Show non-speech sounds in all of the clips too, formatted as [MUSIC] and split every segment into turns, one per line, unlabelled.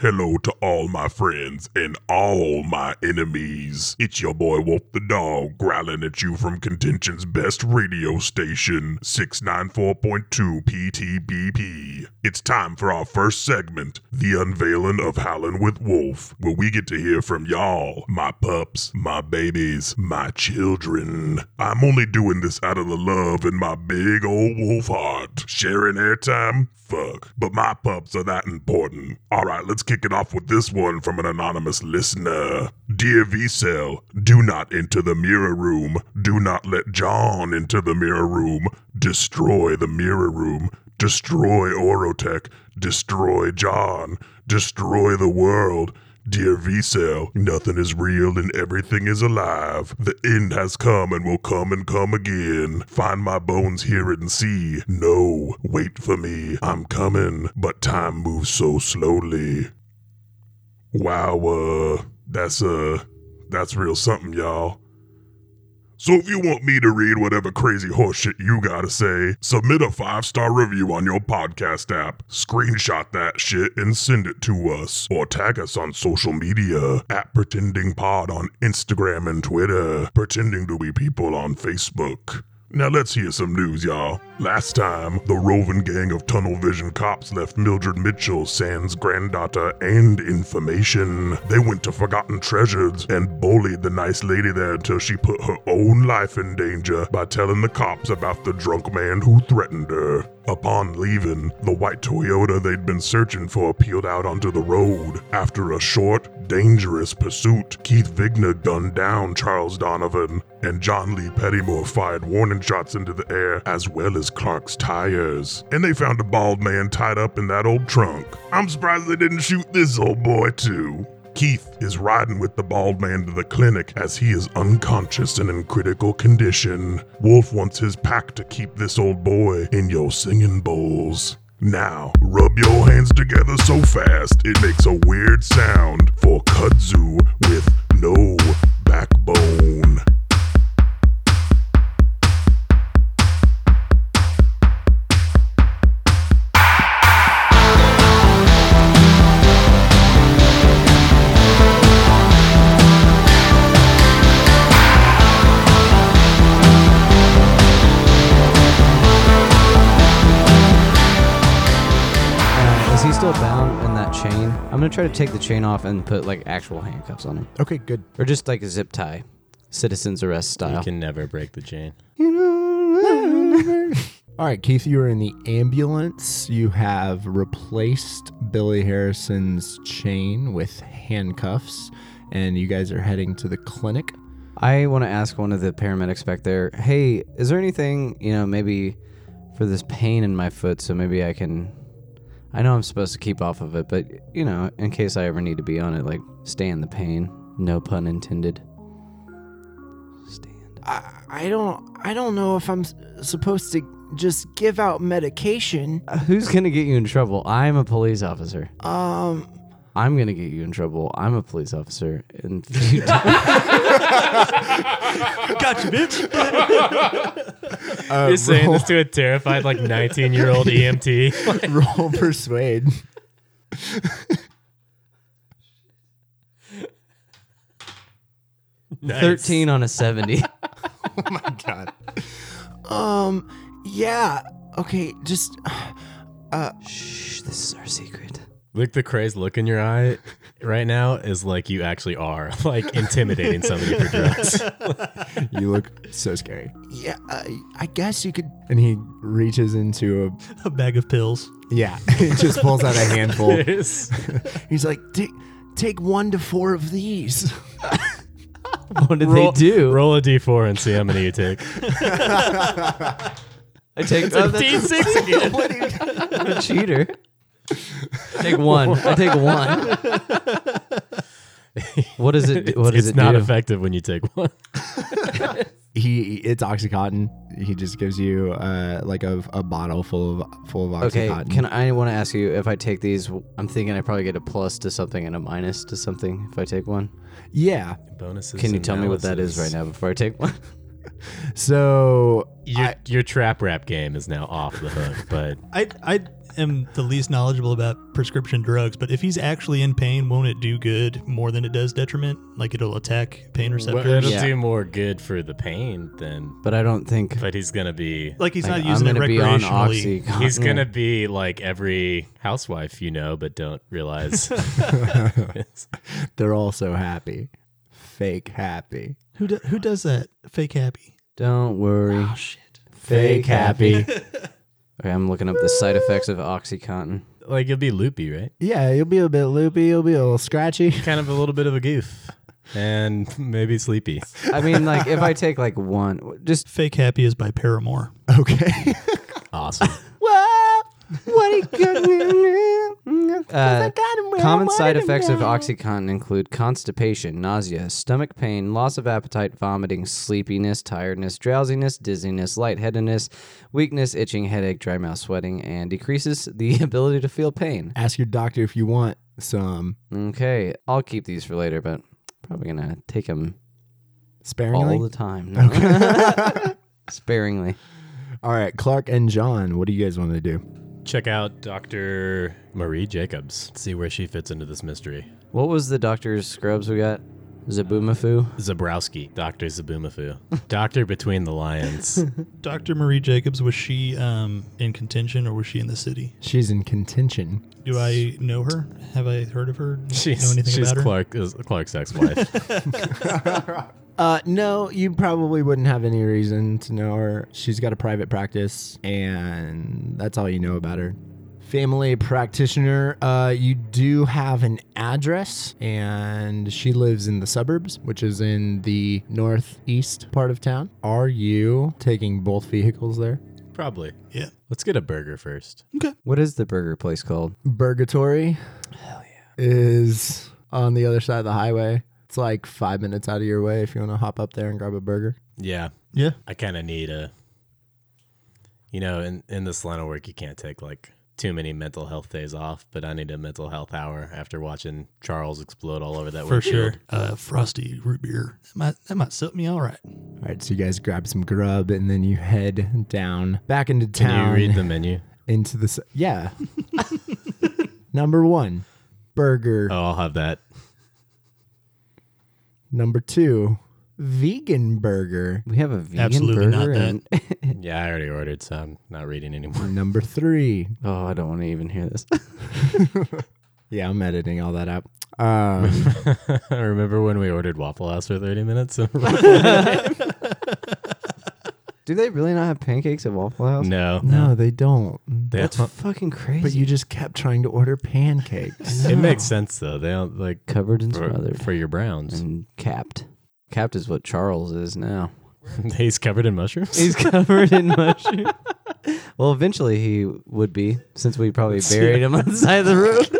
Hello to all my friends and all my enemies. It's your boy Wolf the Dog growling at you from contention's best radio station, 694.2 PTBP. It's time for our first segment, The Unveiling of Howlin' with Wolf, where we get to hear from y'all, my pups, my babies, my children. I'm only doing this out of the love in my big old wolf heart. Sharing airtime? Fuck. But my pups are that important. All right, let's kick it off with this one from an anonymous listener. Dear V Cell, do not enter the mirror room. Do not let John into the mirror room. Destroy the mirror room. Destroy Orotech. Destroy John. Destroy the world. Dear V-Cell, nothing is real and everything is alive. The end has come and will come and come again. Find my bones, hear it and see. No, wait for me. I'm coming. But time moves so slowly. Wow, uh, that's, uh, that's real something, y'all. So if you want me to read whatever crazy horseshit you gotta say, submit a five star review on your podcast app, screenshot that shit and send it to us, or tag us on social media at Pretending Pod on Instagram and Twitter, Pretending to Be People on Facebook. Now let's hear some news, y'all. Last time, the roving gang of tunnel vision cops left Mildred Mitchell, Sans granddaughter, and information. They went to Forgotten Treasures and bullied the nice lady there until she put her own life in danger by telling the cops about the drunk man who threatened her. Upon leaving, the white Toyota they'd been searching for peeled out onto the road. After a short, dangerous pursuit, Keith Vigna gunned down Charles Donovan, and John Lee Pettymore fired warning shots into the air as well as Clark's tires. And they found a bald man tied up in that old trunk. I'm surprised they didn't shoot this old boy, too. Keith is riding with the bald man to the clinic as he is unconscious and in critical condition. Wolf wants his pack to keep this old boy in your singing bowls. Now, rub your hands together so fast it makes a weird sound for kudzu with no backbone.
Uh, is he still bound in that chain? I'm gonna try to take the chain off and put like actual handcuffs on him,
Okay, good. [LAUGHS]
or just like a zip tie, citizen's arrest
You
style.
can never break the chain.
All right, Keith, you are in the ambulance. You have replaced Billy Harrison's chain with handcuffs, and you guys are heading to
[LAUGHS]
the clinic.
I want to ask one of the paramedics back there. Hey, is there anything you know maybe for this pain in my foot? So maybe I can. I know I'm supposed to keep off of it, but you know, in case I ever need to be on it, like stand the pain. No pun intended. Stand.
I, I don't I don't know if I'm s- supposed to just give out medication.
Uh, Who's gonna get you in trouble? I'm a police officer.
Um
I'm gonna get you in trouble. I'm a police officer,
[LAUGHS]
and if you don't-
Uh,
You're saying this to a terrified, like, E 19 year
[LAUGHS]
old EMT.
[LAUGHS]
roll persuade.
thirteen on a seventy.
God.
um yeah. Okay, just [SIGHS] uh,
Shh, this is our secret.
Look, the crazed look in your eye right now is like you actually are, [LAUGHS] like, intimidating somebody for [LAUGHS] drugs.
You look so scary.
yeah, I, I guess you could
And he reaches into a
A bag of pills.
yeah. [LAUGHS] He just pulls out a
[LAUGHS]
handful.
It's
He's like "Ta- take 1 to 4 of these. [LAUGHS]
What did
roll,
they do?
Roll a d4 and see how many
[LAUGHS]
you take.
I take oh, that's
D6 again.
a cheater. Take one. I take
[LAUGHS]
one. What does it? Do? What does it
it's not
do?
effective when you take one.
He it's oxycontin. He just gives you uh like a, a bottle full of full of
Okay,
oxycontin.
can I want to ask you if I take these? I'm thinking I probably get a plus to something and a minus to something if I take one.
yeah.
Bonuses.
Can you tell me what that is right now before I take one? [LAUGHS]
So
Your, your trap rap game is now off the hook, but
I I am the least knowledgeable about prescription drugs, but if he's actually in pain, won't it do good more than it does detriment? Like it'll attack pain
Well,
receptors.
it'll
Yeah.
do more good for the pain than.
But I don't think
But he's gonna be.
Like he's
like,
not using
I'm
it
gonna be on
recreationally.
Oxycontin.
He's gonna be like every housewife you know, but don't
[LAUGHS]
realize.
They're all so happy. Fake happy.
Who do, who does that? Fake happy.
Don't worry.
Oh shit.
Fake happy. okay, I'm looking up the side effects of OxyContin.
like you'll be loopy, right?
[LAUGHS] Yeah, you'll be a bit loopy. You'll be a little scratchy.
Kind of a little bit of a goof, and maybe sleepy.
I mean, like if I take like one,
[LAUGHS]
just
Fake happy is by Paramore.
[LAUGHS] Okay.
Awesome.
[LAUGHS]
Mm,
uh, common side effects of OxyContin include constipation, nausea, stomach pain, loss of appetite, vomiting, sleepiness, tiredness, drowsiness, dizziness, lightheadedness, weakness, itching, headache, dry mouth, sweating, and decreases the [LAUGHS] ability to feel pain.
[LAUGHS] Ask your doctor if you want some
Okay, I'll keep these for later, but probably gonna take them
sparingly.
all the time. No. [LAUGHS] Sparingly.
all right, Clark and John, what do you guys want to do?
[LAUGHS] Check out Dr. Marie Jacobs. See where she fits into this mystery.
What was the doctor's scrubs we got? Zaboomafoo?
Zabrowski, Dr. [LAUGHS] Zabumafu. Doctor Between the Lions.
Dr. Marie Jacobs, was she um, in contention or was she in the city?
She's in contention.
Do I know her? Have I heard of her? know
[LAUGHS] She's,
anything
she's
about her?
Clark, is Clark's ex [LAUGHS] wife.
Uh, no, you probably wouldn't have any reason to know her. She's got a private practice, and that's all you know about her. Family practitioner. Uh, you do have an address, and she lives in the suburbs, which is in the northeast part of town. Are you taking both vehicles there?
Probably.
Yeah.
Let's get a burger first.
What is the burger place called?
Burgatory is on the other side of the highway. It's like five minutes out of your way if you want to hop up there and grab a burger.
Yeah.
Yeah.
I kind of need a. You know, in, in this line of work, you can't take like too many mental health days off, but I need a mental health hour after watching Charles explode all over that
For
windshield.
sure. Uh, frosty root beer. That might, that might suit me all right.
All right, so you guys grab some grub and then you head down back into
Can
town.
you read the [LAUGHS] menu?
into the s- yeah. [LAUGHS] Number one, burger.
[LAUGHS] Oh, I'll have that.
Number two, vegan burger.
We have a vegan
Absolutely not
burger.
that.
and- [LAUGHS]
Yeah, I already ordered, so I'm not reading anymore. [LAUGHS]
Number three,
oh, I don't want to even hear this.
yeah, I'm editing all that out. Um,
Remember when we ordered Waffle House for 30 minutes?
[LAUGHS] Do they really not have pancakes at Waffle House?
[LAUGHS] no.
no, they don't.
They
That's
don't-
fucking crazy.
But you just kept trying to order
[LAUGHS]
pancakes.
It makes sense, though. They don't like
covered and
for,
smothered
for your browns.
and capped. Capped is what Charles is now.
[LAUGHS] He's covered in mushrooms.
[LAUGHS] He's covered in mushroom. [LAUGHS] well, eventually he would be, since we probably buried him on the side of the road.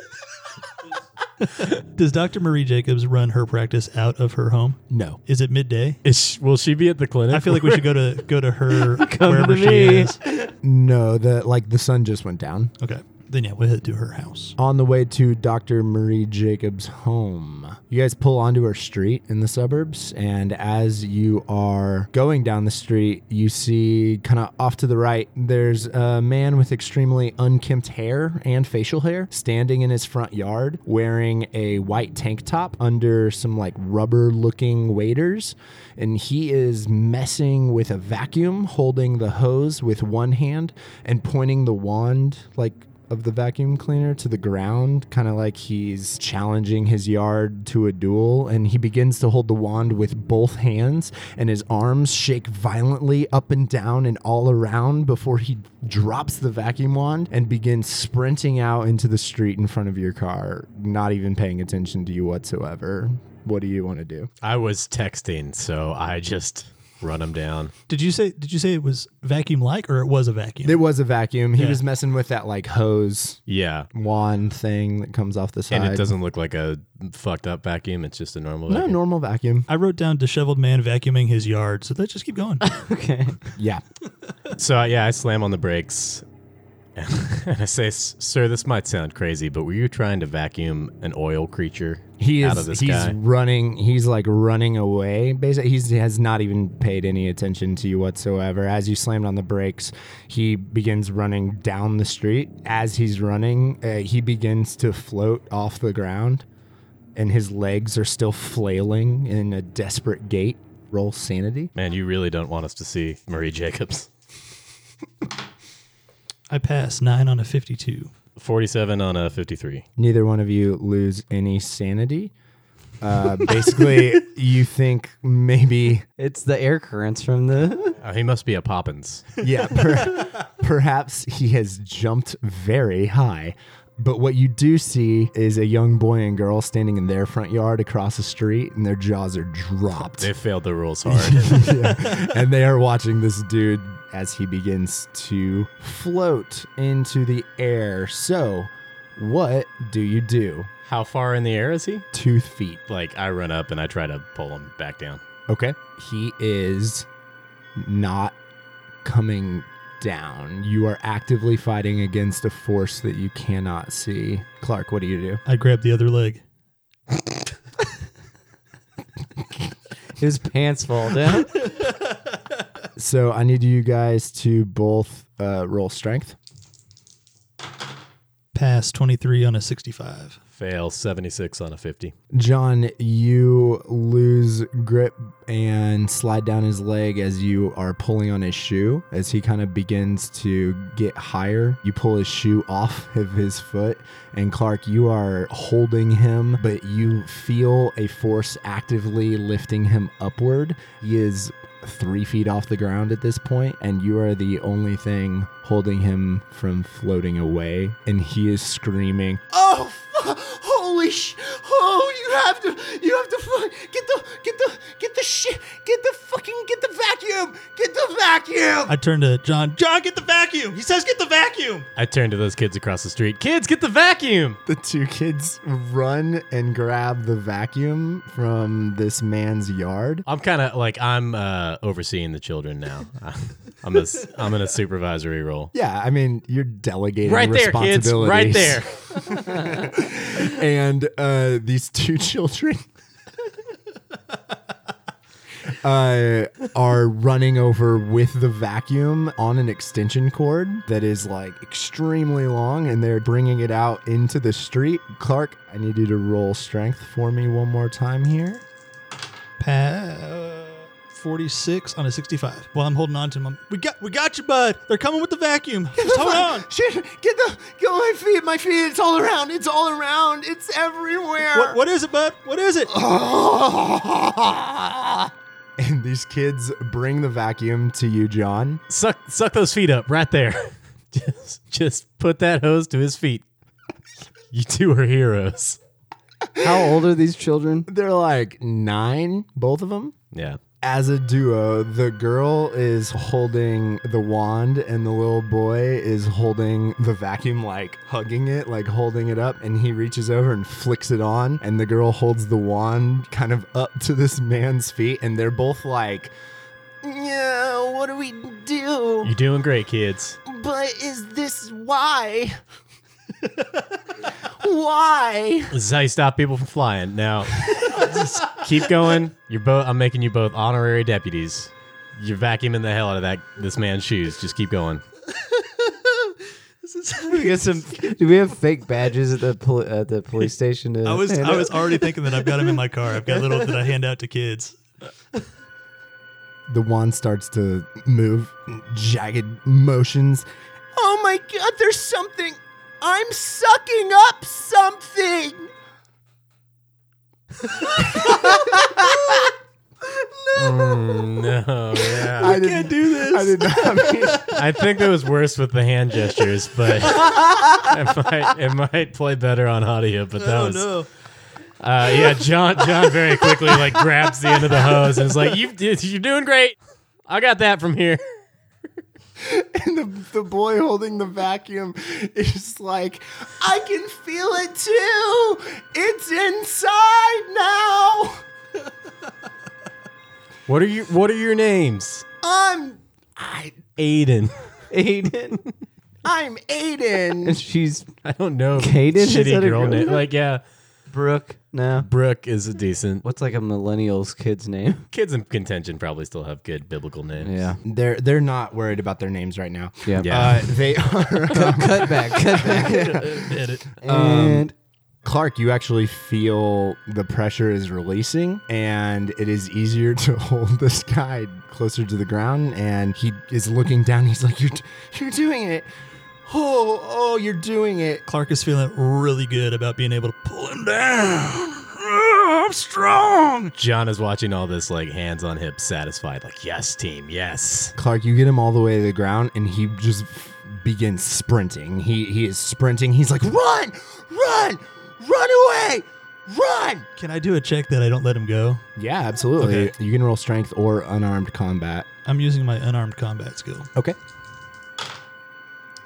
Does Dr. Marie Jacobs run her practice out of her home?
no.
Is it midday?
Is she, will she be at the clinic?
I feel like we should
[LAUGHS]
go to go to her
Come
wherever
to
she
me.
is.
No, the like the sun just went down.
Okay. Then yeah, we'll head to her house.
On the way to Dr. Marie Jacobs' home, you guys pull onto her street in the suburbs, and as you are going down the street, you see kind of off to the right, there's a man with extremely unkempt hair and facial hair standing in his front yard wearing a white tank top under some like rubber looking waders, and he is messing with a vacuum, holding the hose with one hand and pointing the wand like of the vacuum cleaner to the ground, kind of like he's challenging his yard to a duel. And he begins to hold the wand with both hands, and his arms shake violently up and down and all around before he drops the vacuum wand and begins sprinting out into the street in front of your car, not even paying attention to you whatsoever. What do you want to do?
I was texting, so I just run him down.
Did you say did you say it was vacuum like or it was a vacuum?
There was a vacuum. He
Yeah.
was messing with that like hose
Yeah.
wand thing that comes off the side.
And it doesn't look like a fucked up vacuum. It's just a normal
No,
vacuum.
normal vacuum.
I wrote down disheveled man vacuuming his
[LAUGHS]
yard, so let's just keep going.
[LAUGHS] okay.
Yeah.
uh, So, yeah, I slam on the brakes. [LAUGHS] And I say, sir, this might sound crazy, but were you trying to vacuum an oil creature
He is
out of this
he's
guy?
running he's like running away. Basically he's, he has not even paid any attention to you whatsoever. As you slammed on the brakes, he begins running down the street. As he's running, uh, he begins to float off the ground and his legs are still flailing in a desperate gait. Roll sanity.
Man, you really don't want us to see Marie Jacobs.
I pass nine on a 52.
47 on a 53.
neither one of you lose any sanity. Uh,
[LAUGHS]
basically, you think maybe,
It's the air currents from [LAUGHS] the.
Oh, he must be a Poppins.
yeah, per- perhaps he has jumped very high. But what you do see is a young boy and girl standing in their front yard across the street, and their jaws are dropped.
They failed the [LAUGHS] rules hard.
[LAUGHS] and they are watching this dude as he begins to float into the air. So, what do you do?
How far in the air is he?
Two feet.
Like, I run up and I try to pull him back down.
Okay. He is not coming down. You are actively fighting against a force that you cannot see. Clark, what do you do?
I grab the other leg.
His pants fall down.
So I need you guys to both uh, roll strength.
Pass 23 on a 65.
Fail 76 on a 50.
John, you lose grip and slide down his leg as you are pulling on his shoe. As he kind of begins to get higher, you pull his shoe off [LAUGHS] of his foot. And Clark, you are holding him, but you feel a force actively lifting him upward. He is three feet off the ground at this point, and you are the only thing holding him from floating away. And he is screaming,
Oh, fu- holy sh! Oh, you have to, you have to fu- get the, get the, get the shit, get the fucking, get the vacuum, get the vacuum.
I turn to John. John, get the vacuum. He says, get the vacuum.
I turn to those kids across the street. Kids, get the vacuum!
The two kids run and grab the vacuum from this man's yard.
I'm kind of like, I'm uh, overseeing the children now. [LAUGHS] I'm, a, s- I'm in a supervisory role.
Yeah, I mean, you're delegating
Right there, kids.
responsibilities.
Right there. [LAUGHS]
and uh, these [LAUGHS] two children uh, are running over with the vacuum on an extension cord that is like extremely long, and they're bringing it out into the street. Clark, I need you to roll strength for me one more time here.
Pass. 46 on a 65. Well, I'm holding on to him. We got, we got you, bud. They're coming with the vacuum. Just hold on.
Shit, get the get my feet, my feet. It's all around. It's all around. It's everywhere.
What, what is it, bud? What is it?
[LAUGHS] And these kids bring the vacuum to you, John.
suck suck those feet up right there. [LAUGHS] just just put that hose to his feet. You two are heroes.
[LAUGHS]
How old are these children?
They're like nine, both of them.
Yeah.
As a duo, the girl is holding the wand, and the little boy is holding the vacuum, like hugging it, like holding it up. And he reaches over and flicks it on, and the girl holds the wand kind of up to this man's feet, and they're both like
yeah, what do we do?
You're doing great, kids.
But is this why?
[LAUGHS]
why?
This is how you stop people from flying. Now just keep going. You're both I'm making you both honorary deputies. You're vacuuming the hell out of that this man's shoes. Just keep going.
Do we, get some, do we have fake badges at the poli- at the police station? To
I was
hand
I
out?
was already thinking that I've got him in my car. I've got little that I hand out to kids.
the wand starts to move jagged motions
Oh my god, there's something. I'm sucking up something.
no, yeah.
i can't do this i did [LAUGHS] not
I think that was worse with the hand gestures, but it might, it might play better on audio. But that was Uh, yeah, John. John very quickly like grabs the end of the hose and is like, "You, you're doing great. I got that from here."
and the, the boy holding the vacuum is like
I can feel it too. It's inside now.
What are you? What are your names?
I'm. I.
Aiden. [LAUGHS]
Aiden.
[LAUGHS] I'm Aiden.
And she's
I don't know. if
Kaden? Is
shitty
that a
girl,
girl
name.
name?
Like yeah,
Brooke now.
Brooke is a decent.
What's like a millennial's kid's name?
Kids in contention probably still have good biblical names.
Yeah.
They're they're not worried about their names right now.
Yeah.
Yeah.
Uh, they are.
[LAUGHS]
cut back. Cut back. Um, and
Clark, you actually feel the pressure is releasing, and it is easier [LAUGHS] to hold this guy closer to the ground. And he is looking down. He's like, "You're, d- you're doing it! Oh, oh, you're doing it!"
Clark is feeling really good about being able to pull him down.
I'm strong.
John is watching all this like hands on hips, satisfied. Like yes, team, yes.
Clark, you get him all the way to the ground, and he just begins sprinting. He he is sprinting. He's like, "Run, run, run away, run!"
Can I do a check that I don't let him go?
Yeah, absolutely. You can roll strength or unarmed combat.
I'm using my unarmed combat skill.
Okay.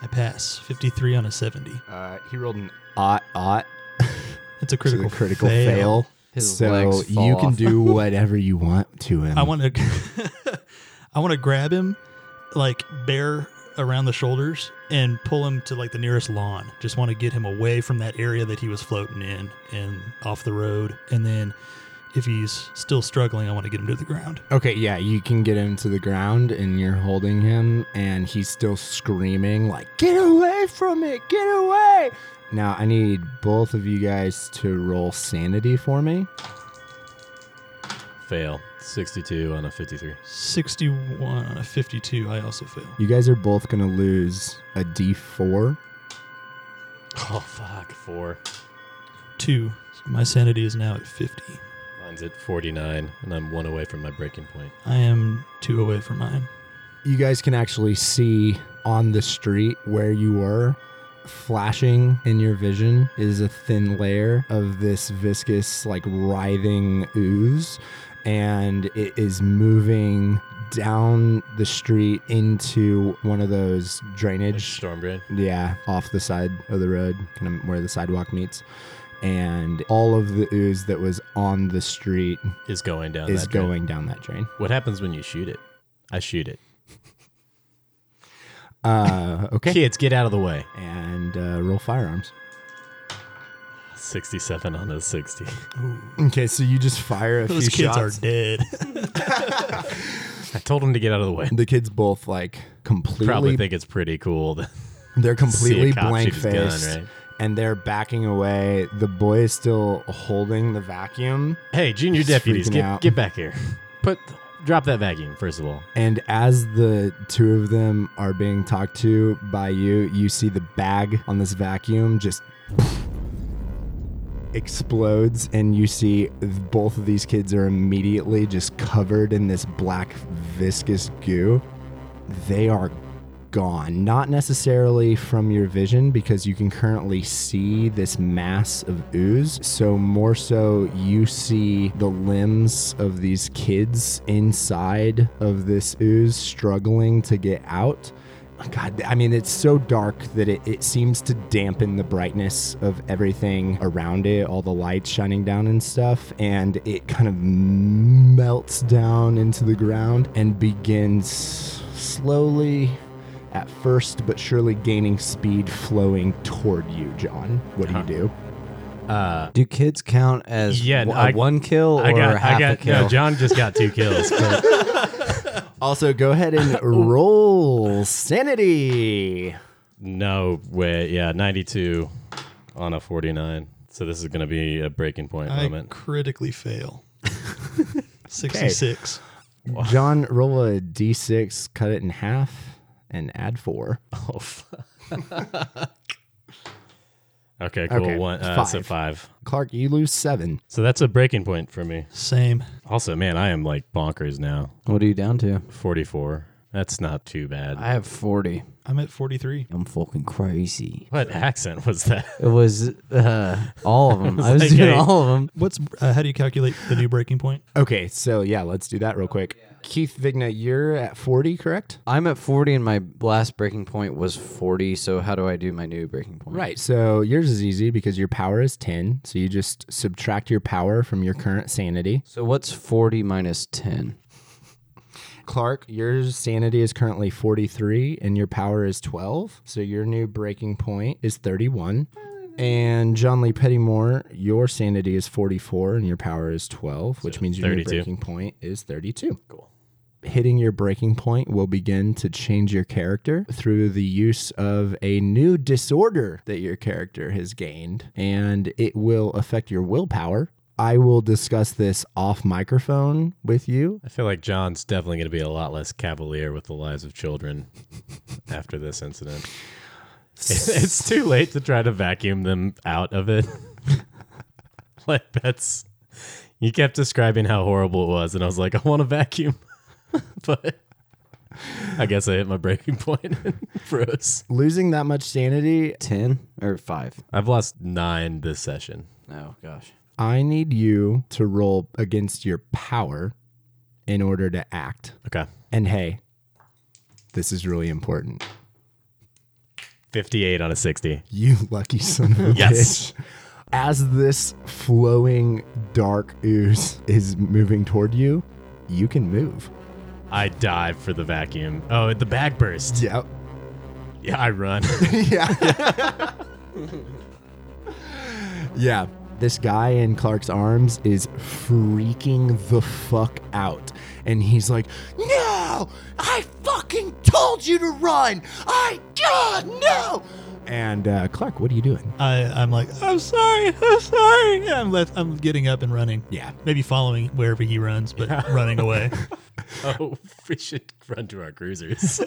I pass 53 on a 70.
Uh, he rolled an ot ot.
That's
to the
a critical,
critical fail.
His
so
legs fall
you can
off. [LAUGHS]
do whatever you want to him.
I want to, [LAUGHS] I want to grab him, like bear around the shoulders and pull him to like the nearest lawn. Just want to get him away from that area that he was floating in and off the road. And then, if he's still struggling, I want to get him to the ground.
Okay, yeah, you can get him to the ground and you're holding him and he's still screaming like, "Get away from it! Get away!" Now, I need both of you guys to roll sanity for me.
Fail. 62 on a 53.
61 on a 52. I also fail.
You guys are both going to lose a d4.
Oh, fuck. Four.
Two. So my sanity is now at 50.
Mine's at 49, and I'm one away from my breaking point.
I am two away from mine.
You guys can actually see on the street where you were. Flashing in your vision is a thin layer of this viscous, like writhing ooze, and it is moving down the street into one of those drainage
Storm Brain.
yeah, off the side of the road, kind of where the sidewalk meets. And all of the ooze that was on the street
is going down.
is
Oh, that drain.
going down that drain.
What happens when you shoot it? I shoot it.
Uh,
[LAUGHS]
okay.
Kids, get out of the way.
And uh, roll firearms.
67 on a 60.
Okay, so you just fire a
Those
few
kids
shots.
are dead.
I told him to get out of the way.
the kids both like
Probably
completely
think it's pretty cool. [LAUGHS] to
they're
see
completely
a cop shoot
blank
his gun,
faced
right?
and they're backing away. The boy is still holding the vacuum
Hey, junior
He's
deputies,
freaking
get,
out.
get back here. Put Drop that vacuum, first of all.
and as the two of them are being talked to by you, you see the bag on this vacuum just explodes and you see both of these kids are immediately just covered in this black viscous goo. They are gone. Not necessarily from your vision because you can currently see this mass of ooze. So, more so, you see the limbs of these kids inside of this ooze struggling to get out. God, I mean, it's so dark that it, it seems to dampen the brightness of everything around it, all the lights shining down and stuff, and it kind of melts down into the ground and begins slowly, at first, but surely gaining speed, flowing toward you, John. What do you do?
Uh,
do kids count as
Yeah,
w-
I-
a one kill or
I got,
half
I
a
got,
kill?
no, John just got two kills. but-
Also, go ahead and roll sanity.
No way. Yeah, 92 on a 49. So this is going to be a breaking point
I
moment.
critically [LAUGHS] fail. 66.
John, roll a d6, cut it in half, and add four.
Oh, fuck. okay, cool.
Okay,
One, uh, So
five.
five.
Clark, you lose seven.
So that's a breaking point for me.
Same.
Also, man, I am like bonkers now.
What are you down to?
44. That's not too bad.
I have 40.
I'm at 43.
I'm fucking crazy.
what accent was that? [LAUGHS]
It was uh, all of them. I was
like,
doing
hey.
all of them.
What's uh, how do you calculate the new breaking point?
Okay, so yeah, let's do that real quick. Keith Vigna, you're at 40, correct?
I'm at 40 and my last breaking point was 40. So how do I do my new breaking point?
Right. So yours is easy because your power is 10. So you just subtract your power from your current sanity.
So what's 40 minus 10?
Clark, your sanity is currently 43 and your power is 12. So your new breaking point is 31. And John Lee Pettymore, your sanity is 44 and your power is 12, which means your new
32.
breaking point is 32. Cool. Hitting your breaking point will begin to change your character through the use of a new disorder that your character has gained, and it will affect your willpower. I will discuss this off microphone with you
I feel like John's definitely going to be a lot less cavalier with the lives of children [LAUGHS] after this incident. [LAUGHS] It's too late to try to vacuum them out of it. [LAUGHS] like that's you kept describing how horrible it was, and I was like, I want a vacuum, [LAUGHS] but I guess I hit my breaking point [LAUGHS] and froze.
losing that much sanity,
Ten or five?
I've lost nine this session.
Oh [LAUGHS] gosh.
I need you to roll against your power in order to act.
Okay,
And hey, this is really important.
fifty-eight out of sixty.
You [LAUGHS] lucky son of a
Yes.
bitch. As this flowing dark ooze is moving toward you, you can move.
I dive for the vacuum. Oh, the bag burst.
Yep.
Yeah, I [LAUGHS] run.
yeah. yeah. This guy in Clark's arms is freaking the fuck out. And he's like, No! I fucking told you to run! I God, no! And uh, Clark, what are you doing?
I, I'm like, I'm sorry, I'm sorry. And I'm left, I'm getting up and running.
Yeah.
Maybe following wherever he runs, but [LAUGHS] running away.
oh, we should run to our cruisers.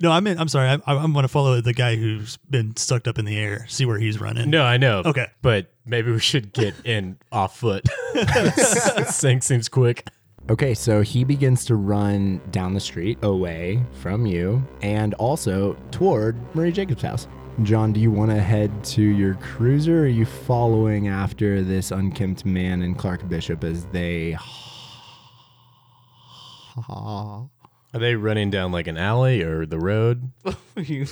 No, I meant, I'm sorry. I, I'm going to follow the guy who's been sucked up in the air, see where he's running.
[LAUGHS] No, I know.
Okay.
But maybe we should get in off [LAUGHS] foot. this thing seems quick.
Okay, so he begins to run down the street away from you and also toward Murray Jacobs' house. John, do you want to head to your cruiser? Or are you following after this unkempt man and Clark Bishop as
[LAUGHS]
they.
Are they running down like an alley or the [LAUGHS] road?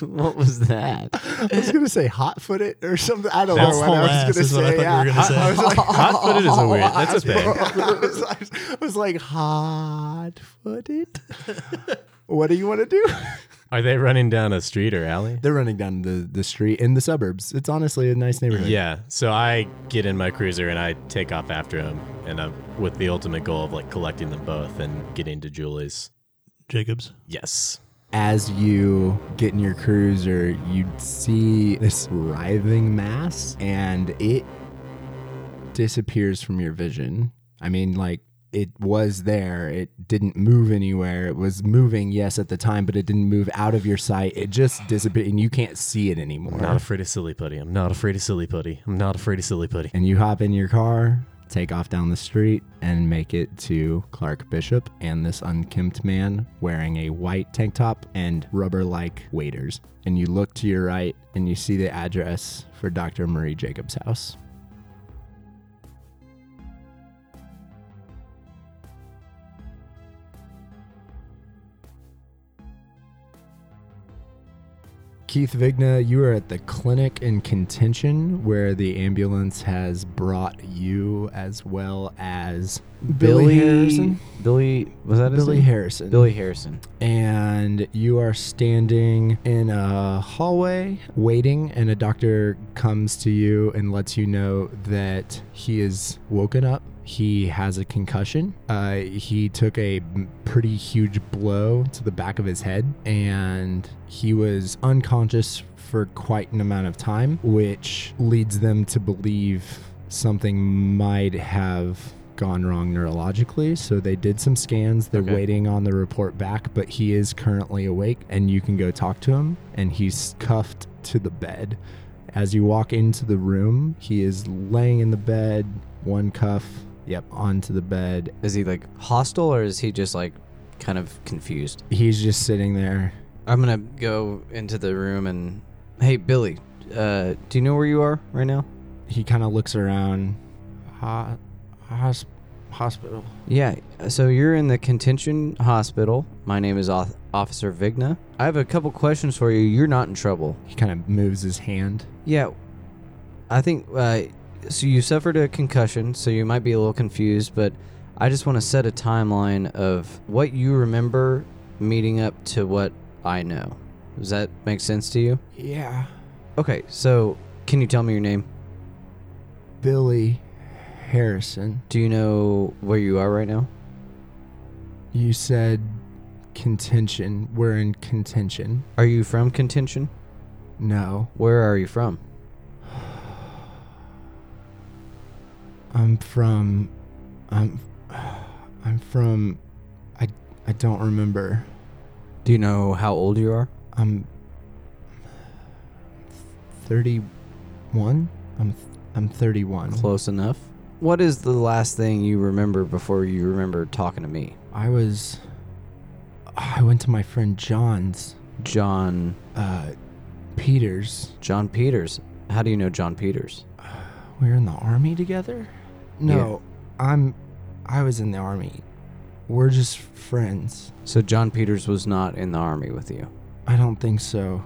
what was that?
I was going to say hot foot it or something. I don't
That's know what I whole was
gonna
ass gonna is what I say, thought you were yeah. gonna say. I was
like,
Hot footed is a weird. That's a thing.
[LAUGHS] I was like, hot
[LAUGHS]
footed? what do you want to do?
Are they running down a street or alley?
They're running down the, the street in the suburbs. It's honestly a nice neighborhood.
Yeah. So I get in my cruiser and I take off after him, and I'm with the ultimate goal of like collecting them both and getting to Julie's.
Jacobs.
Yes.
As you get in your cruiser, you see this writhing mass and it disappears from your vision. I mean, like, it was there. It didn't move anywhere. It was moving, yes, at the time, but it didn't move out of your sight. It just disappeared and you can't see it anymore.
I'm not afraid of silly putty. I'm not afraid of silly putty. I'm not afraid of silly putty.
and you hop in your car, take off down the street, and make it to Clark Bishop and this unkempt man wearing a white tank top and rubber like waders. And you look to your right and you see the address for Dr. Marie Jacobs' house. Keith Vigna, you are at the clinic in contention where the ambulance has brought you as well as [LAUGHS] Billy, Harrison.
Billy was that his
Billy
name?
Harrison.
Billy Harrison.
And you are standing in a hallway waiting, and a doctor comes to you and lets you know that he is woken up. He has a concussion. Uh, he took a m- pretty huge blow to the back of his head, and he was unconscious for quite an amount of time, which leads them to believe something might have gone wrong neurologically. So they did some scans. They're
Okay.
waiting on the report back, but he is currently awake and you can go talk to him. And he's cuffed to the bed. As you walk into the room, he is laying in the bed, one cuff, yep, onto the bed.
Is he like hostile or is he just like kind of confused?
He's just sitting there.
I'm gonna go into the room and hey Billy, uh, do you know where you are right now?
He kind of looks around. Ho- hos- hospital.
Yeah, so you're in the contention hospital. My name is Oth- Officer Vigna. I have a couple questions for you. You're not in trouble.
He kind of moves his hand.
Yeah, I think uh, so. You suffered a concussion, so you might be a little confused, but I just want to set a timeline of what you remember meeting up to what I know. Does that make sense to you?
Yeah.
Okay, so can you tell me your name?
Billy Harrison,
Do you know where you are right now?
you said contention. We're in contention.
Are you from Contention?
No,
Where are you from?
I'm from. I'm. [SIGHS] I'm from. I. I don't remember.
Do you know how old you are?
I'm. Thirty-one. I'm. I'm thirty-one.
Close enough. What is the last thing you remember before you remember talking to me?
I was. I went to my friend John's.
John
Uh, Peters.
John Peters. How do you know John Peters?
We were in the army together? No, I'm I was in the army. We're just friends.
So John Peters was not in the army with you.
I don't think so.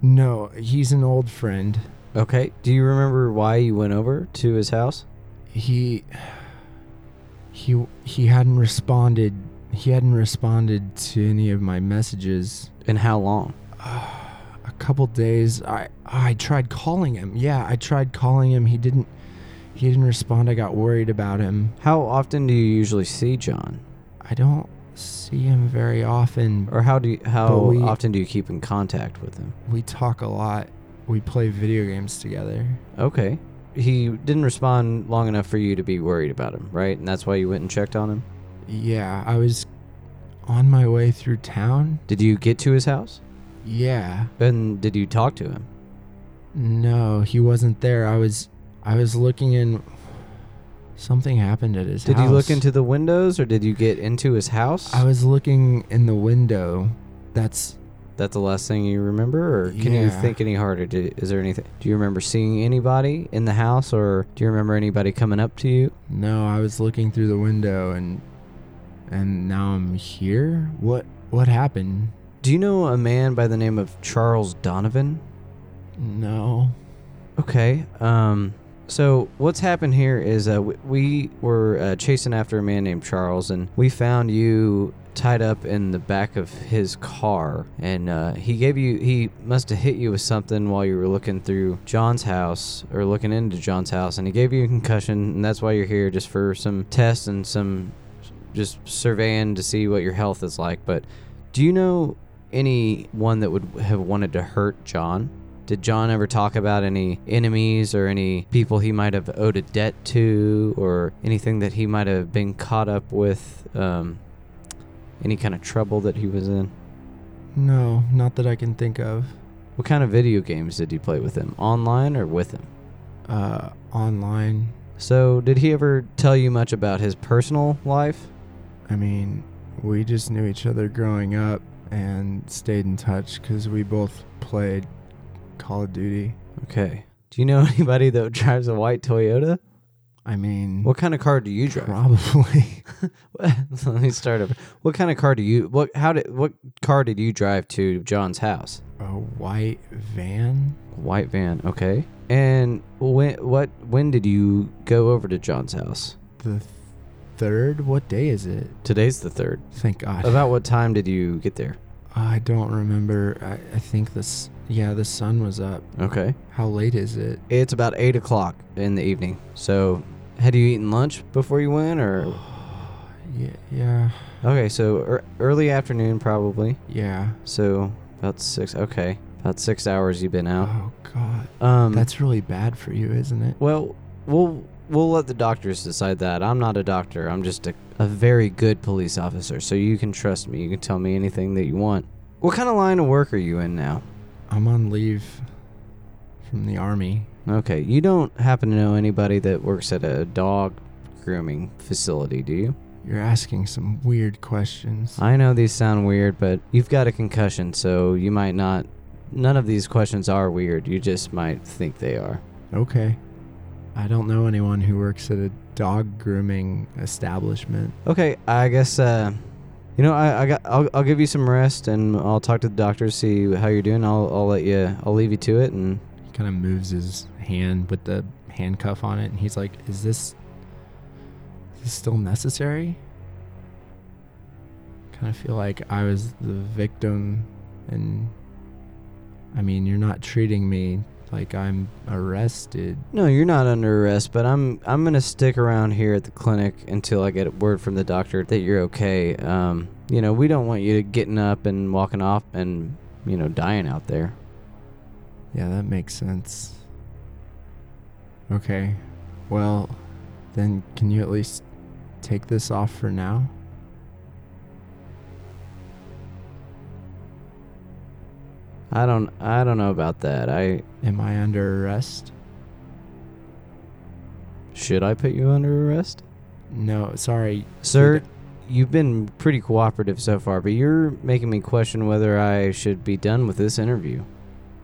No, he's an old friend.
Okay. Do you remember why you went over to his house?
He he he hadn't responded. He hadn't responded to any of my messages.
And how long?
A couple days I I tried calling him. Yeah, I tried calling him. He didn't he didn't respond. I got worried about him.
How often do you usually see John?
I don't see him very often,
Or how do you, how
But we-
often do you keep in contact with him?
We talk a lot. We play video games together.
Okay. He didn't respond long enough for you to be worried about him, right? And that's why you went and checked on him.
Yeah, I was on my way through town.
Did you get to his house?
Yeah.
And did you talk to him?
No, he wasn't there. I was I was looking in something happened at his
Did
house.
you look into the windows or did you get into his house?
I was looking in the window. That's
That's the last thing you remember, or can you
Yeah.
think any harder? Did, is there anything? Do you remember seeing anybody in the house, or do you remember anybody coming up to you?
no, I was looking through the window and and now I'm here? What what happened?
Do you know a man by the name of Charles Donovan?
No.
Okay. Um. So what's happened here is uh, we, we were uh, chasing after a man named Charles, and we found you tied up in the back of his car, and uh, he gave you he must have hit you with something while you were looking through John's house or looking into John's house, and he gave you a concussion, and that's why you're here just for some tests and some just surveying to see what your health is like. But do you know anyone that would have wanted to hurt John? Did John ever talk about any enemies or any people he might have owed a debt to or anything that he might have been caught up with? Um, any kind of trouble that he was in?
No, not that I can think of.
What kind of video games did you play with him? Online or with him?
Uh online.
So, did he ever tell you much about his personal life?
I mean, we just knew each other growing up and stayed in touch because we both played Call of Duty.
Okay. Do you know [LAUGHS] anybody that drives a white Toyota?
I mean,
What kind of car do you drive?
probably.
[LAUGHS]
[LAUGHS]
Let me start up. What kind of car do you what how did what car did you drive to John's house?
a white van?
White van, okay. And when what when did you go over to John's house?
The th- third? What day is it?
Today's the third.
Thank
[LAUGHS]
God.
About what time did you get there?
I don't remember. I, I think this. Yeah, the sun was up.
Okay.
How late is it?
It's about eight o'clock in the evening. So had you eaten lunch before you went [SIGHS] or
Yeah, yeah,
Okay, so ear early afternoon probably.
yeah.
So about six okay. About six hours you've been out.
Oh God,
Um
that's really bad for you, isn't it?
Well, we'll we'll let the doctors decide that. I'm not a doctor. I'm just a, a very good police officer. So you can trust me. You can tell me anything that you want. What kind of line of work are you in now?
I'm on leave from the army.
Okay, you don't happen to know anybody that works at a dog grooming facility, do you?
You're asking some weird questions.
I know these sound weird, but you've got a concussion, so you might not none of these questions are weird. You just might think they are.
Okay. I don't know anyone who works at a dog grooming establishment.
Okay, I guess uh, you know I, I got I'll, I'll give you some rest and I'll talk to the doctor see how you're doing. I'll I'll let you I'll leave you to it and
He kind of moves his hand with the handcuff on it, and he's like, "Is this is still necessary? Kind of feel like I was the victim, and I mean, you're not treating me like I'm arrested.
No, you're not under arrest, but I'm I'm gonna stick around here at the clinic until I get word from the doctor that you're okay. Um, you know, we don't want you getting up and walking off and you know dying out there.
Yeah, that makes sense. Okay. Well, then can you at least take this off for now?
I don't I don't know about that. I
Am I under arrest?
should I put you under arrest,
No, sorry.
sir. You've been pretty cooperative so far, but you're making me question whether I should be done with this interview.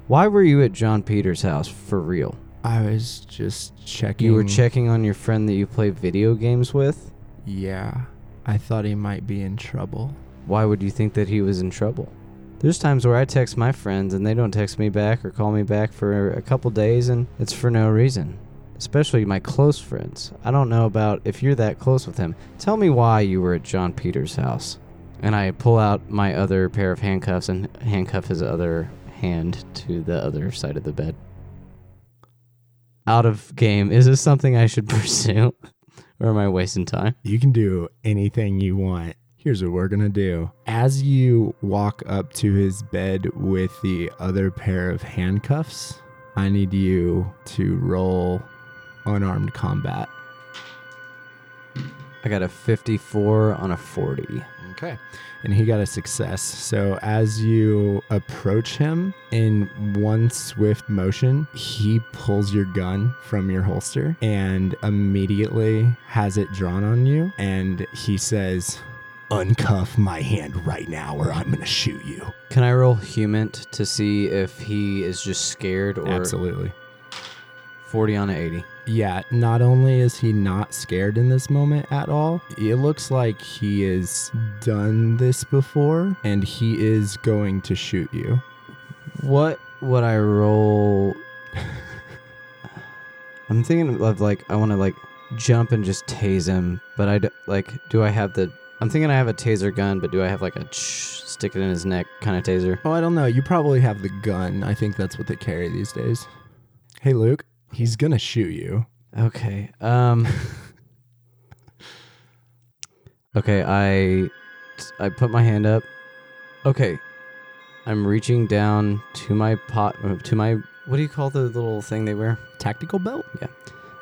Why were you at John Peters' house for real?
I was just checking.
You were checking on your friend that you play video games with?
Yeah. I thought he might be in trouble.
why would you think that he was in trouble? There's times where I text my friends and they don't text me back or call me back for a couple days and it's for no reason. Especially my close friends. I don't know about if you're that close with him. Tell me why you were at John Peters' house. And I pull out my other pair of handcuffs and handcuff his other hand to the other side of the bed. Out of game. Is this something I should [LAUGHS] pursue? or am I wasting time?
You can do anything you want. Here's what we're going to do. As you walk up to his bed with the other pair of handcuffs, I need you to roll unarmed combat.
I got a 54 on a 40.
Okay. And he got a success. So as you approach him in one swift motion, he pulls your gun from your holster and immediately has it drawn on you. And he says, Uncuff my hand right now or I'm going to shoot you.
Can I roll human to see if he is just scared or
Absolutely.
40 on an 80?
Yeah, not only is he not scared in this moment at all, it looks like he has done this before and he is going to shoot you.
What would I roll? [LAUGHS] I'm thinking of like, I want to like jump and just tase him, but I d- like, do I have the. I'm thinking I have a taser gun, but do I have like a sh- stick it in his neck kind of taser?
Oh, I don't know. You probably have the gun. I think that's what they carry these days. Hey, Luke, he's gonna shoot you.
Okay. Um. okay, I I put my hand up. Okay, I'm reaching down to my pot uh, to my what do you call the little thing they wear?
Tactical belt?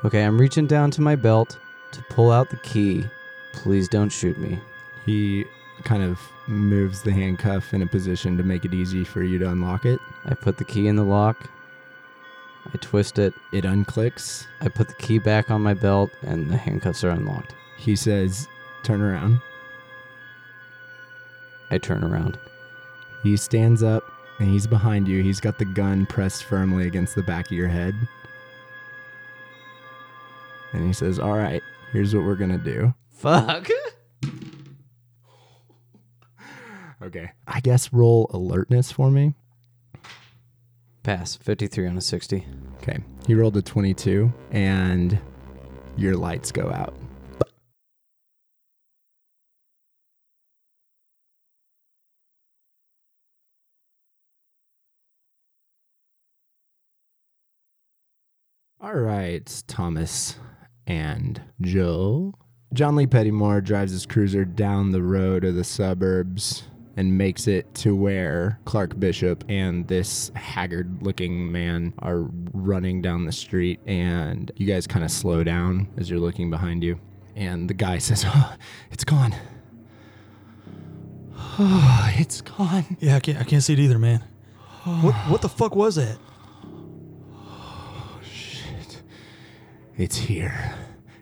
Okay, I'm reaching down to my belt to pull out the key. Please don't shoot me.
He kind of moves the handcuff in a position to make it easy for you to unlock it.
I put the key in the lock. I twist it.
It unclicks.
I put the key back on my belt, and the handcuffs are unlocked.
He says, Turn around.
I turn around.
He stands up and he's behind you. He's got the gun pressed firmly against the back of your head. And he says, All right, here's what we're gonna do.
Fuck.
Okay. I guess roll alertness for me.
Pass. 53 on a 60.
Okay. He rolled a 22 and your lights go out. All right, Thomas and Joe. John Lee Pettymore drives his cruiser down the road of the suburbs and makes it to where Clark Bishop and this haggard looking man are running down the street. And you guys kind of slow down as you're looking behind you. And the guy [LAUGHS] says, Oh, it's gone. [SIGHS] Oh, it's gone.
Yeah, I can't, I can't see it either, man. What, what the fuck was that?
It's here.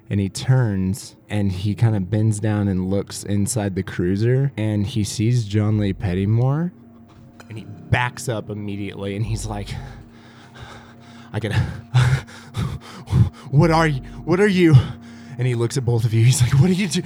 And he turns and he kind of bends down and looks inside the cruiser and he sees John Lee Pettymore and he backs up immediately and he's like, [LAUGHS] I gotta. What are you? What are you? and he looks at both of you. He's like, "What are you do?"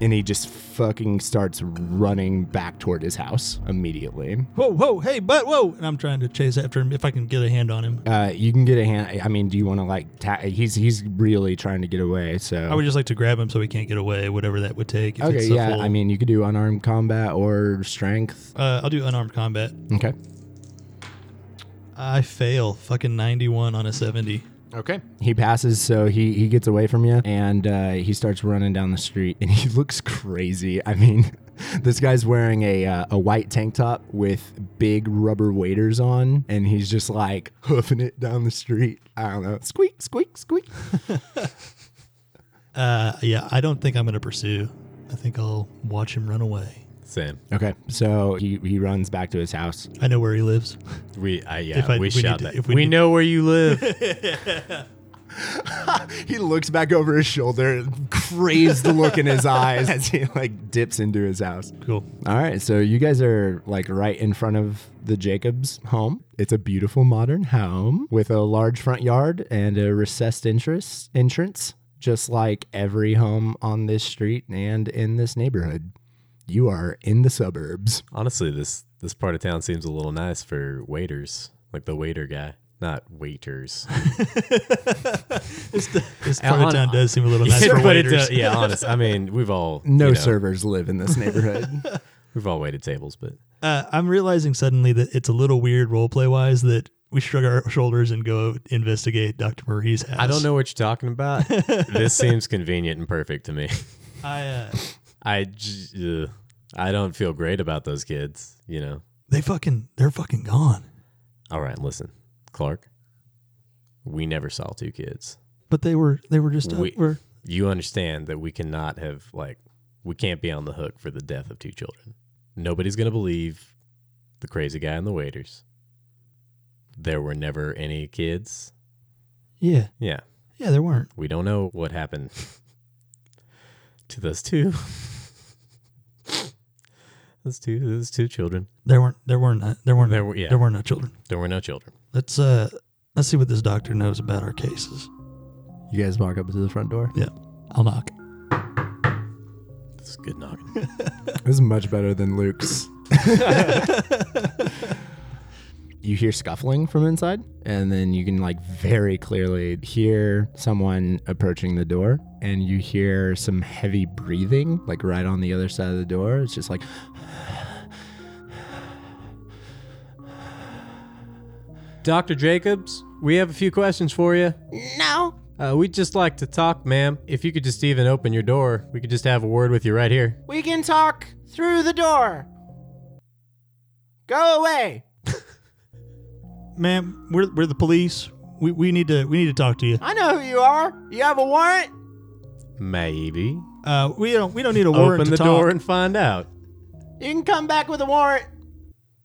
And he just fucking starts running back toward his house immediately.
Whoa, whoa, hey, but whoa! Oh, And I'm trying to chase after him if I can get a hand on him.
Uh, you can get a hand. I mean, do you want to like? Ta- he's he's really trying to get away. So
I would just like to grab him so he can't get away, whatever that would take. If
okay,
it's a
yeah.
full-
I mean, you could do unarmed combat or strength.
uh, I'll do unarmed combat.
Okay.
I fail. Fucking 91 on a 70.
Okay. He passes, so he he gets away from you, and uh, he starts running down the street, and [LAUGHS] he looks crazy. I mean, [LAUGHS] this guy's wearing a uh, a white tank top with big rubber waders on, and he's just like hoofing it down the street. I don't know, squeak, squeak, squeak.
Uh, yeah, I don't think I'm going to pursue. I think I'll watch him run away.
Same.
Okay, so he he runs back to his house.
I know where he lives. [LAUGHS]
We, I, yeah,
If I-
we,
we need
shout
to-
that.
if
we
we need-
know where
[LAUGHS]
you live.
He looks back over his shoulder, crazed look in [LAUGHS] his eyes as he like dips into his house.
Cool.
All right, so you guys are like right in front of the Jacobs home. It's a beautiful modern home with a large front yard and a recessed entrance, entrance just like every home on this street and in this neighborhood. You are in the suburbs.
Honestly, this this part of town seems a little nice for waiters, like the waiter guy, not
[LAUGHS]
waiters.
This part
on-
of town does seem
[LAUGHS]
a little nice for
but it
waiters.
does, yeah, honest. I mean, we've all
No
you know,
servers live in this
[LAUGHS]
neighborhood.
We've all waited tables, but
[LAUGHS] Uh, I'm realizing suddenly that it's a little weird role play wise that we shrug our shoulders and go investigate Dr. Murray's house.
I don't know what you're talking
[LAUGHS]
about. this seems convenient and perfect to me.
I, uh,
I j- ugh. I don't feel great about those kids, you know.
they fucking, they're fucking gone.
All right, listen, Clark. We never saw two kids.
But they were, they were just, uh,
We-
were,
You understand that we cannot have like we can't be on the hook for the death of two children. Nobody's gonna believe the crazy guy and the waiters. There were never any kids.
yeah,
Yeah.
yeah, there weren't.
We don't know what happened [LAUGHS] to those two. [LAUGHS] those two those two children.
There weren't, there weren't, uh, there weren't,
There were- yeah.
there were no children.
There were no children.
Let's, uh, let's see what this doctor knows about our cases.
you guys walk up to the front door.
Yeah. I'll knock.
This is good knocking.
This is much better than Luke's. you hear scuffling from inside, and then you can like very clearly hear someone approaching the door, and you hear some heavy breathing, like right on the other side of the door. It's just like
Dr. Jacobs, we have a few questions for you.
No.
Uh, we'd just like to talk, ma'am. If you could just even open your door, we could just have a word with you right here.
We can talk through the door. Go away.
Ma'am, we're, we're the police. We, we need to, we need to talk to you.
I know who you are. You have a warrant?
Maybe.
Uh, we don't, we don't need a warrant
Open
to
the
talk.
door and find out.
You can come back with a warrant.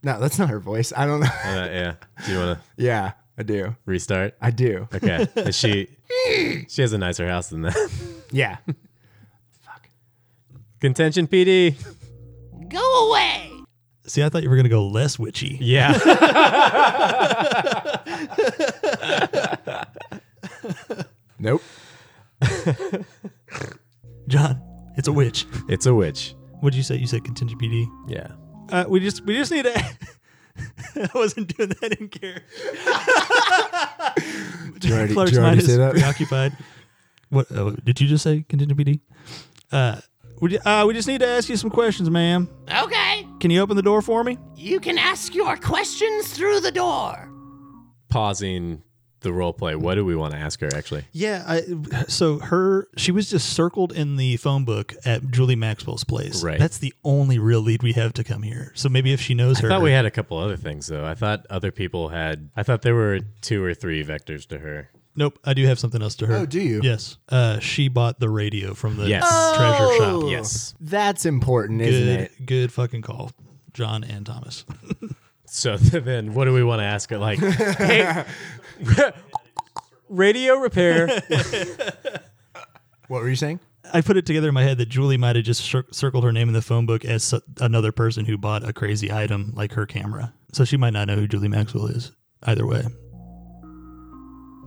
no, that's not her voice. I don't know.
Uh, yeah. Do you want to
[LAUGHS] yeah, I do.
[LAUGHS] restart?
I do.
[LAUGHS] Okay. Is she she has a nicer house than that.
Yeah.
[LAUGHS] Contention PD.
Go away.
See, I thought you were going to go less witchy.
[LAUGHS] Yeah.
[LAUGHS] Nope.
John, it's a witch. [LAUGHS]
it's a witch.
What did you say? You said contingent PD.
Yeah.
Uh, we just we just need to. [LAUGHS] I wasn't doing that in care.
you already-
Clark's
did you already
mind is
say that?
preoccupied. What uh, did you just say? Contingent PD. Uh, we ju- uh, we just need to ask you some questions, ma'am.
Okay.
Can you open the door for me?
You can ask your questions through the door.
Pausing the role play. What do we want to ask her actually?
Yeah. I, so her she was just circled in the phone book at Julie Maxwell's place.
Right.
That's the only real lead we have to come here. So maybe if she knows her,
I thought we had a couple other things though. I thought other people had. I thought there were two or three vectors to her.
Nope, I do have something else to her.
Oh, do you?
Yes. Uh, she bought the radio from the
Yes.
treasure shop.
Yes.
That's important, isn't
Good,
it?
good fucking call, John and Thomas.
So [LAUGHS] then, what do we want to ask her? Like, hey, [LAUGHS] radio repair.
What were you saying?
I put it together in my head that Julie might have just cir- circled her name in the phone book as su- another person who bought a crazy item like her camera. So she might not know who Julie Maxwell is either way.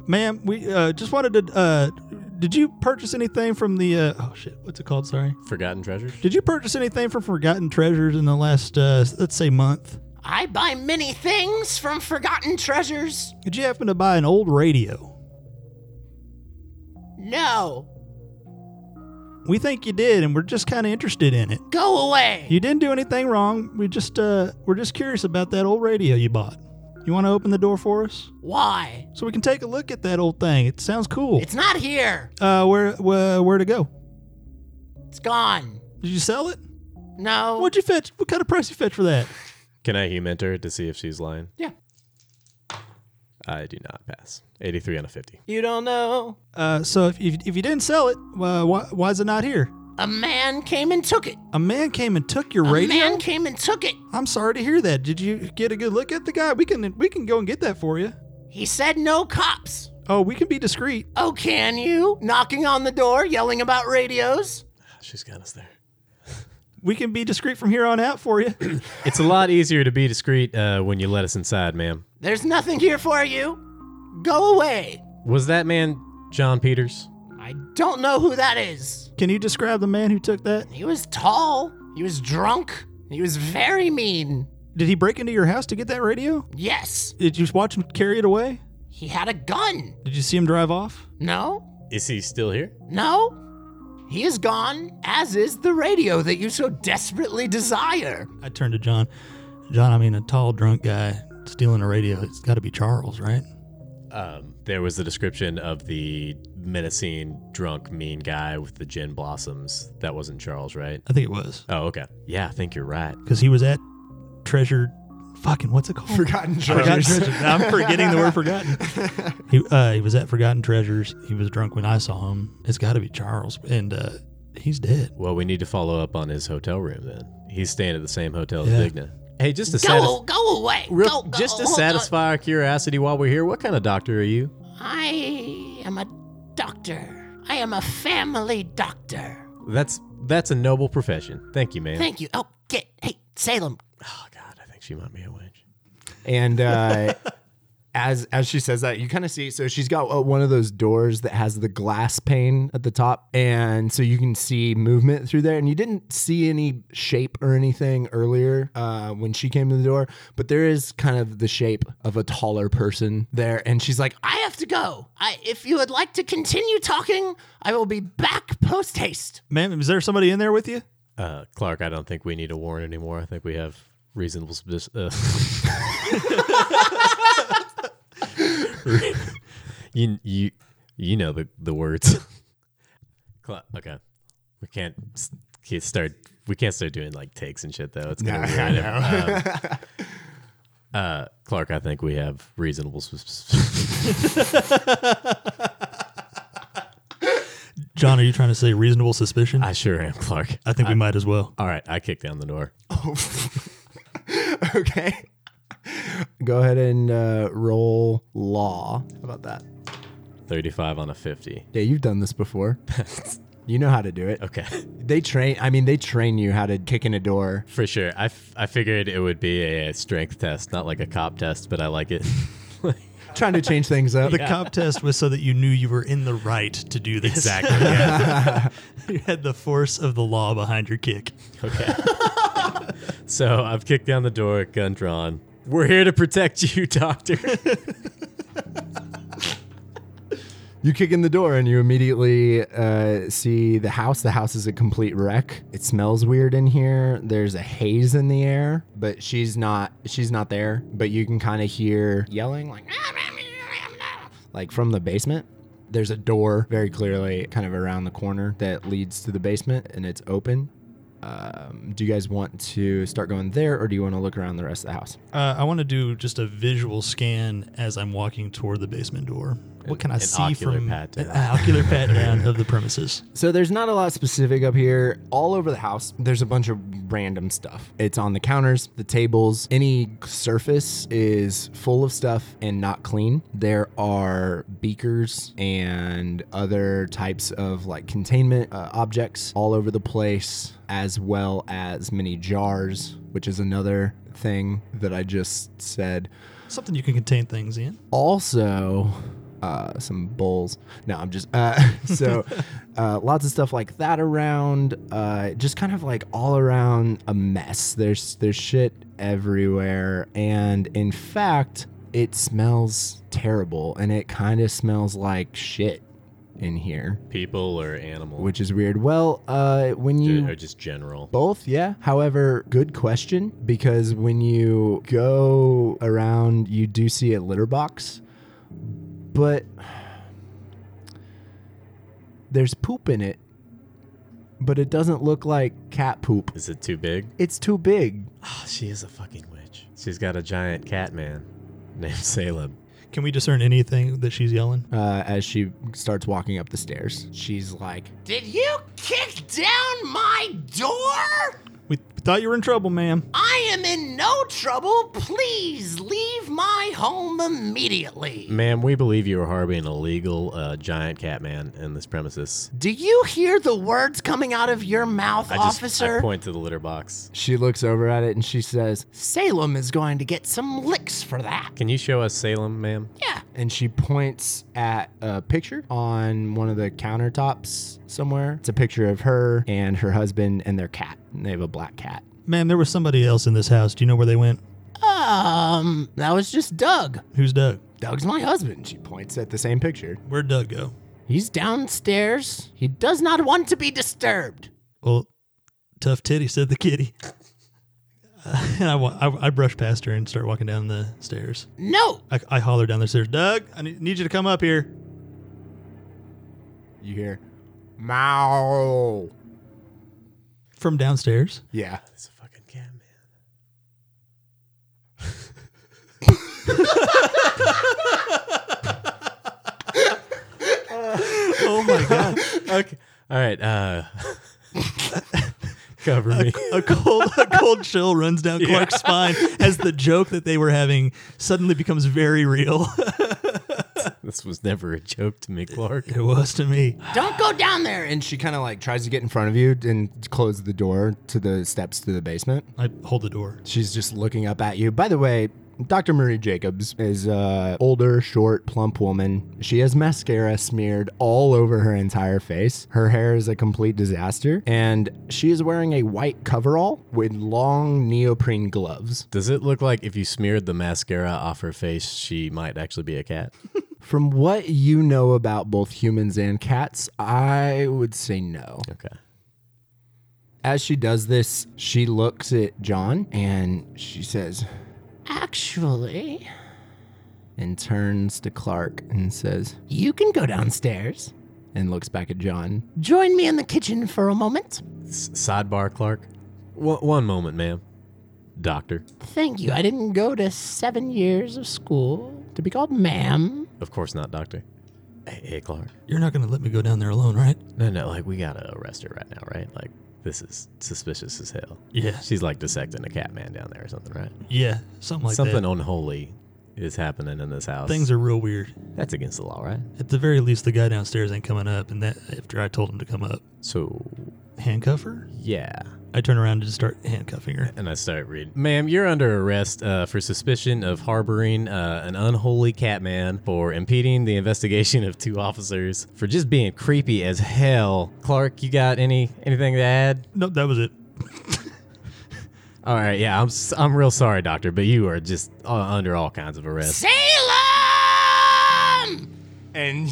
Ma'am, we uh, just wanted to uh, did you purchase anything from the? Uh, oh shit, what's it called? Sorry.
[LAUGHS] Forgotten treasures.
Did you purchase anything from Forgotten Treasures in the last, uh, let's say, month?
I buy many things from forgotten treasures.
Did you happen to buy an old radio?
No,
We think you did, and we're just kind of interested in it.
go away.
You didn't do anything wrong. We just, uh, we're just curious about that old radio you bought. You want to open the door for us
Why?
so we can take a look at that old thing? It sounds cool.
It's not here.
Uh, where, where, where to go?
It's gone.
Did you sell it?
No.
What'd you fetch? What kind of price you fetch for that?
Can I humint her to see if she's lying?
Yeah.
I do not pass. 83 out of 50.
you don't know.
Uh, so if, if, if you didn't sell it, uh, why, why is it not here?
A man came and took it.
A man came and took your
A
radio.
man came and took it.
I'm sorry to hear that. Did you get a good look at the guy? We can we can go and get that for you.
He said no cops.
Oh, we can be discreet.
Oh, can you? Knocking on the door, yelling about radios.
Ah, She's got us there.
We can be discreet from here on out for you. [CLEARS THROAT]
It's a lot easier to be discreet uh, when you let us inside, ma'am.
There's nothing here for you. Go away.
Was that man John Peters?
I don't know who that is.
can you describe the man who took that?
He was tall. He was drunk. He was very mean.
Did he break into your house to get that radio?
Yes,
Did you watch him carry it away?
he had a gun.
Did you see him drive off?
No?
Is he still here?
No? He is gone, as is the radio that you so desperately desire.
I turned to John. John, I mean, a tall drunk guy stealing a radio. It's got to be Charles, right?
Um, there was the description of the menacing, drunk, mean guy with the gin blossoms. That wasn't Charles, right?
I think it was
Oh, okay. Yeah, I think you're right.
because he was at Treasure. Fucking what's it called?
Forgotten
Forgotten
treasures.
Treasures. [LAUGHS] I'm forgetting the word forgotten. He, uh, he was at Forgotten Treasures. He was drunk when I saw him. It's got to be Charles, and uh, he's dead.
Well, we need to follow up on his hotel room then. He's staying at the same hotel
Yeah.
as Digna. Hey, just to satisfy,
Go, go away. go, go,
just to
hold on.
satisfy our curiosity while we're here, what kind of doctor are you?
I am a doctor. I am a family doctor.
That's that's a noble profession. Thank you, man.
Thank you. Oh, get. Hey, Salem.
oh God, I think she might be a witch.
And uh, as as she says that, you kind of see. So she's got uh, one of those doors that has the glass pane at the top, and so you can see movement through there. And you didn't see any shape or anything earlier uh, when she came to the door, but there is kind of the shape of a taller person there. And she's like,
I have to go. I, if you would like to continue talking, I will be back post haste.
Ma'am, is there somebody in there with you?
Uh, Clark, I don't think we need a warrant anymore. I think we have reasonable spec- uh, [LAUGHS] you you you know the the words. Cla- okay, we can't s- can't start. We can't start doing like takes and shit though. It's gonna
Nah,
ruin it. Um, uh, Clark, I think we have reasonable. sp- sp-
John, are you trying to say reasonable suspicion?
[LAUGHS]
I,
I sure am, Clark.
think we might as well.
All right, I kicked down the door.
[LAUGHS] "Okay, go ahead and uh, roll law." How about that?
Thirty-five on a fifty.
Yeah, you've done this before. you know how to do it.
Okay.
They train. I mean, they train you how to kick in a door.
For sure. I, f- I figured it would be a strength test, not like a cop test, but I like it. [LAUGHS]
trying to change things up.
[LAUGHS] The cop test was so that you knew you were in the right to do this.
Exactly,
[LAUGHS] you had the force of the law behind your kick.
okay. so I've kicked down the door, gun drawn. We're here to protect you, [LAUGHS] doctor.
You kick in the door and you immediately uh, see the house. The house is a complete wreck. It smells weird in here. There's a haze in the air, but she's not. She's not there. But you can kind of hear yelling like [LAUGHS] like from the basement. There's a door very clearly kind of around the corner that leads to the basement and it's open. Um, do you guys want to start going there or do you want to look around the rest of the house?
Uh, I want to do just a visual scan as I'm walking toward the basement door. What can I
an
see
ocular
from
pat down.
an ocular pat
[LAUGHS]
down of the premises?
So there's not a lot specific up here. All over the house, there's a bunch of random stuff. It's on the counters, the tables, any surface is full of stuff and not clean. There are beakers and other types of like containment uh, objects all over the place, as well as many jars, which is another thing that I just said.
Something you can contain things in.
Also, uh, some bowls. No, I'm just uh, [LAUGHS] so uh, lots of stuff like that around. Uh, just kind of like all around a mess. There's there's shit everywhere, and in fact, it smells terrible, and it kind of smells like shit in here,
People or animals?
which is weird. Well, uh, when you
or just general?
both, yeah. However, good question because when you go around, you do see a litter box, but there's poop in it, but it doesn't look like cat poop.
Is it too big?
It's too big.
Oh, she is a fucking witch. She's got a giant cat man [LAUGHS] named Salem.
Can we discern anything that she's yelling?
Uh, as she starts walking up the stairs, she's like,
Did you kick down my door?
We thought you were in trouble, ma'am.
I am in no trouble. Please leave my home immediately.
Ma'am, we believe you are harboring a legal uh, giant cat man in this premises.
Do you hear the words coming out of your mouth,
just I
officer?
point to the litter box.
she looks over at it and she says,
Salem is going to get some licks for that.
Can you show us Salem, ma'am?
Yeah.
and she points at a picture on one of the countertops somewhere. It's a picture of her and her husband and their cat. And they have a black cat.
Ma'am, there was somebody else in this house. Do you know where they went?
Um, that was just Doug.
Who's Doug?
Doug's my husband. She points at the same picture.
Where'd Doug go?
He's downstairs. He does not want to be disturbed.
Well, tough titty, said the kitty. [LAUGHS] Uh, and I, wa- I, I brush past her and start walking down the stairs.
No.
I, I holler down the stairs, Doug, I ne- need you to come up here.
You hear, Mow.
From downstairs?
Yeah.
It's a fucking cat man.
Oh my God.
Okay. All right. Uh, [LAUGHS] cover me.
a cold a cold chill runs down Clark's spine as the joke that they were having suddenly becomes very real. [LAUGHS]
This was never a joke to me, Clark.
it was to me.
Don't go down there.
And she kind of like tries to get in front of you and close the door to the steps to the basement.
I hold the door.
She's just looking up at you. By the way, Dr. Marie Jacobs is a older, short, plump woman. She has mascara smeared all over her entire face. Her hair is a complete disaster, and she is wearing a white coverall with long neoprene gloves.
Does it look like if you smeared the mascara off her face, she might actually be a cat?
From what you know about both humans and cats, I would say no.
Okay.
As she does this, she looks at John and she says,
Actually,
and turns to Clark and says,
you can go downstairs.
and looks back at John
Join me in the kitchen for a moment.
S- sidebar, Clark. One one moment, ma'am. Doctor.
Thank you. I didn't go to seven years of school to be called ma'am.
Of course not, Doctor. Hey, hey, Clark.
You're not going to let me go down there alone, right?
No, no, like we gotta arrest her right now, right? Like this is suspicious as hell.
Yeah.
She's like dissecting a cat man down there or something, right?
Yeah, something like
something
that.
unholy is happening in this house.
Things are real weird.
that's against the law, right?
At the very least, the guy downstairs ain't coming up, and that after I told him to come up,
So
handcuff her.
yeah.
I turn around and just start handcuffing her.
And I start reading. Ma'am, you're under arrest uh, for suspicion of harboring uh, an unholy cat man, for impeding the investigation of two officers, for just being creepy as hell. Clark, you got any anything to add?
No, that was it.
All right, yeah, I'm s- I'm real sorry, doctor, but you are just uh, under all kinds of arrest.
Salem!
and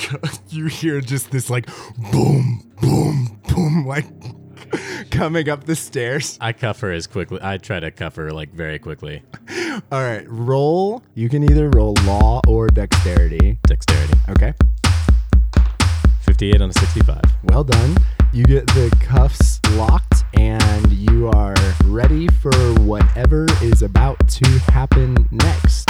[LAUGHS] you hear just this like boom, boom, boom, like [LAUGHS] coming up the stairs.
I cuff her as quickly. I try to cuff her like very quickly.
All right, roll. You can either roll law or dexterity.
Dexterity.
Okay,
58 on a 65.
well done. You get the cuffs locked and you are ready for whatever is about to happen next.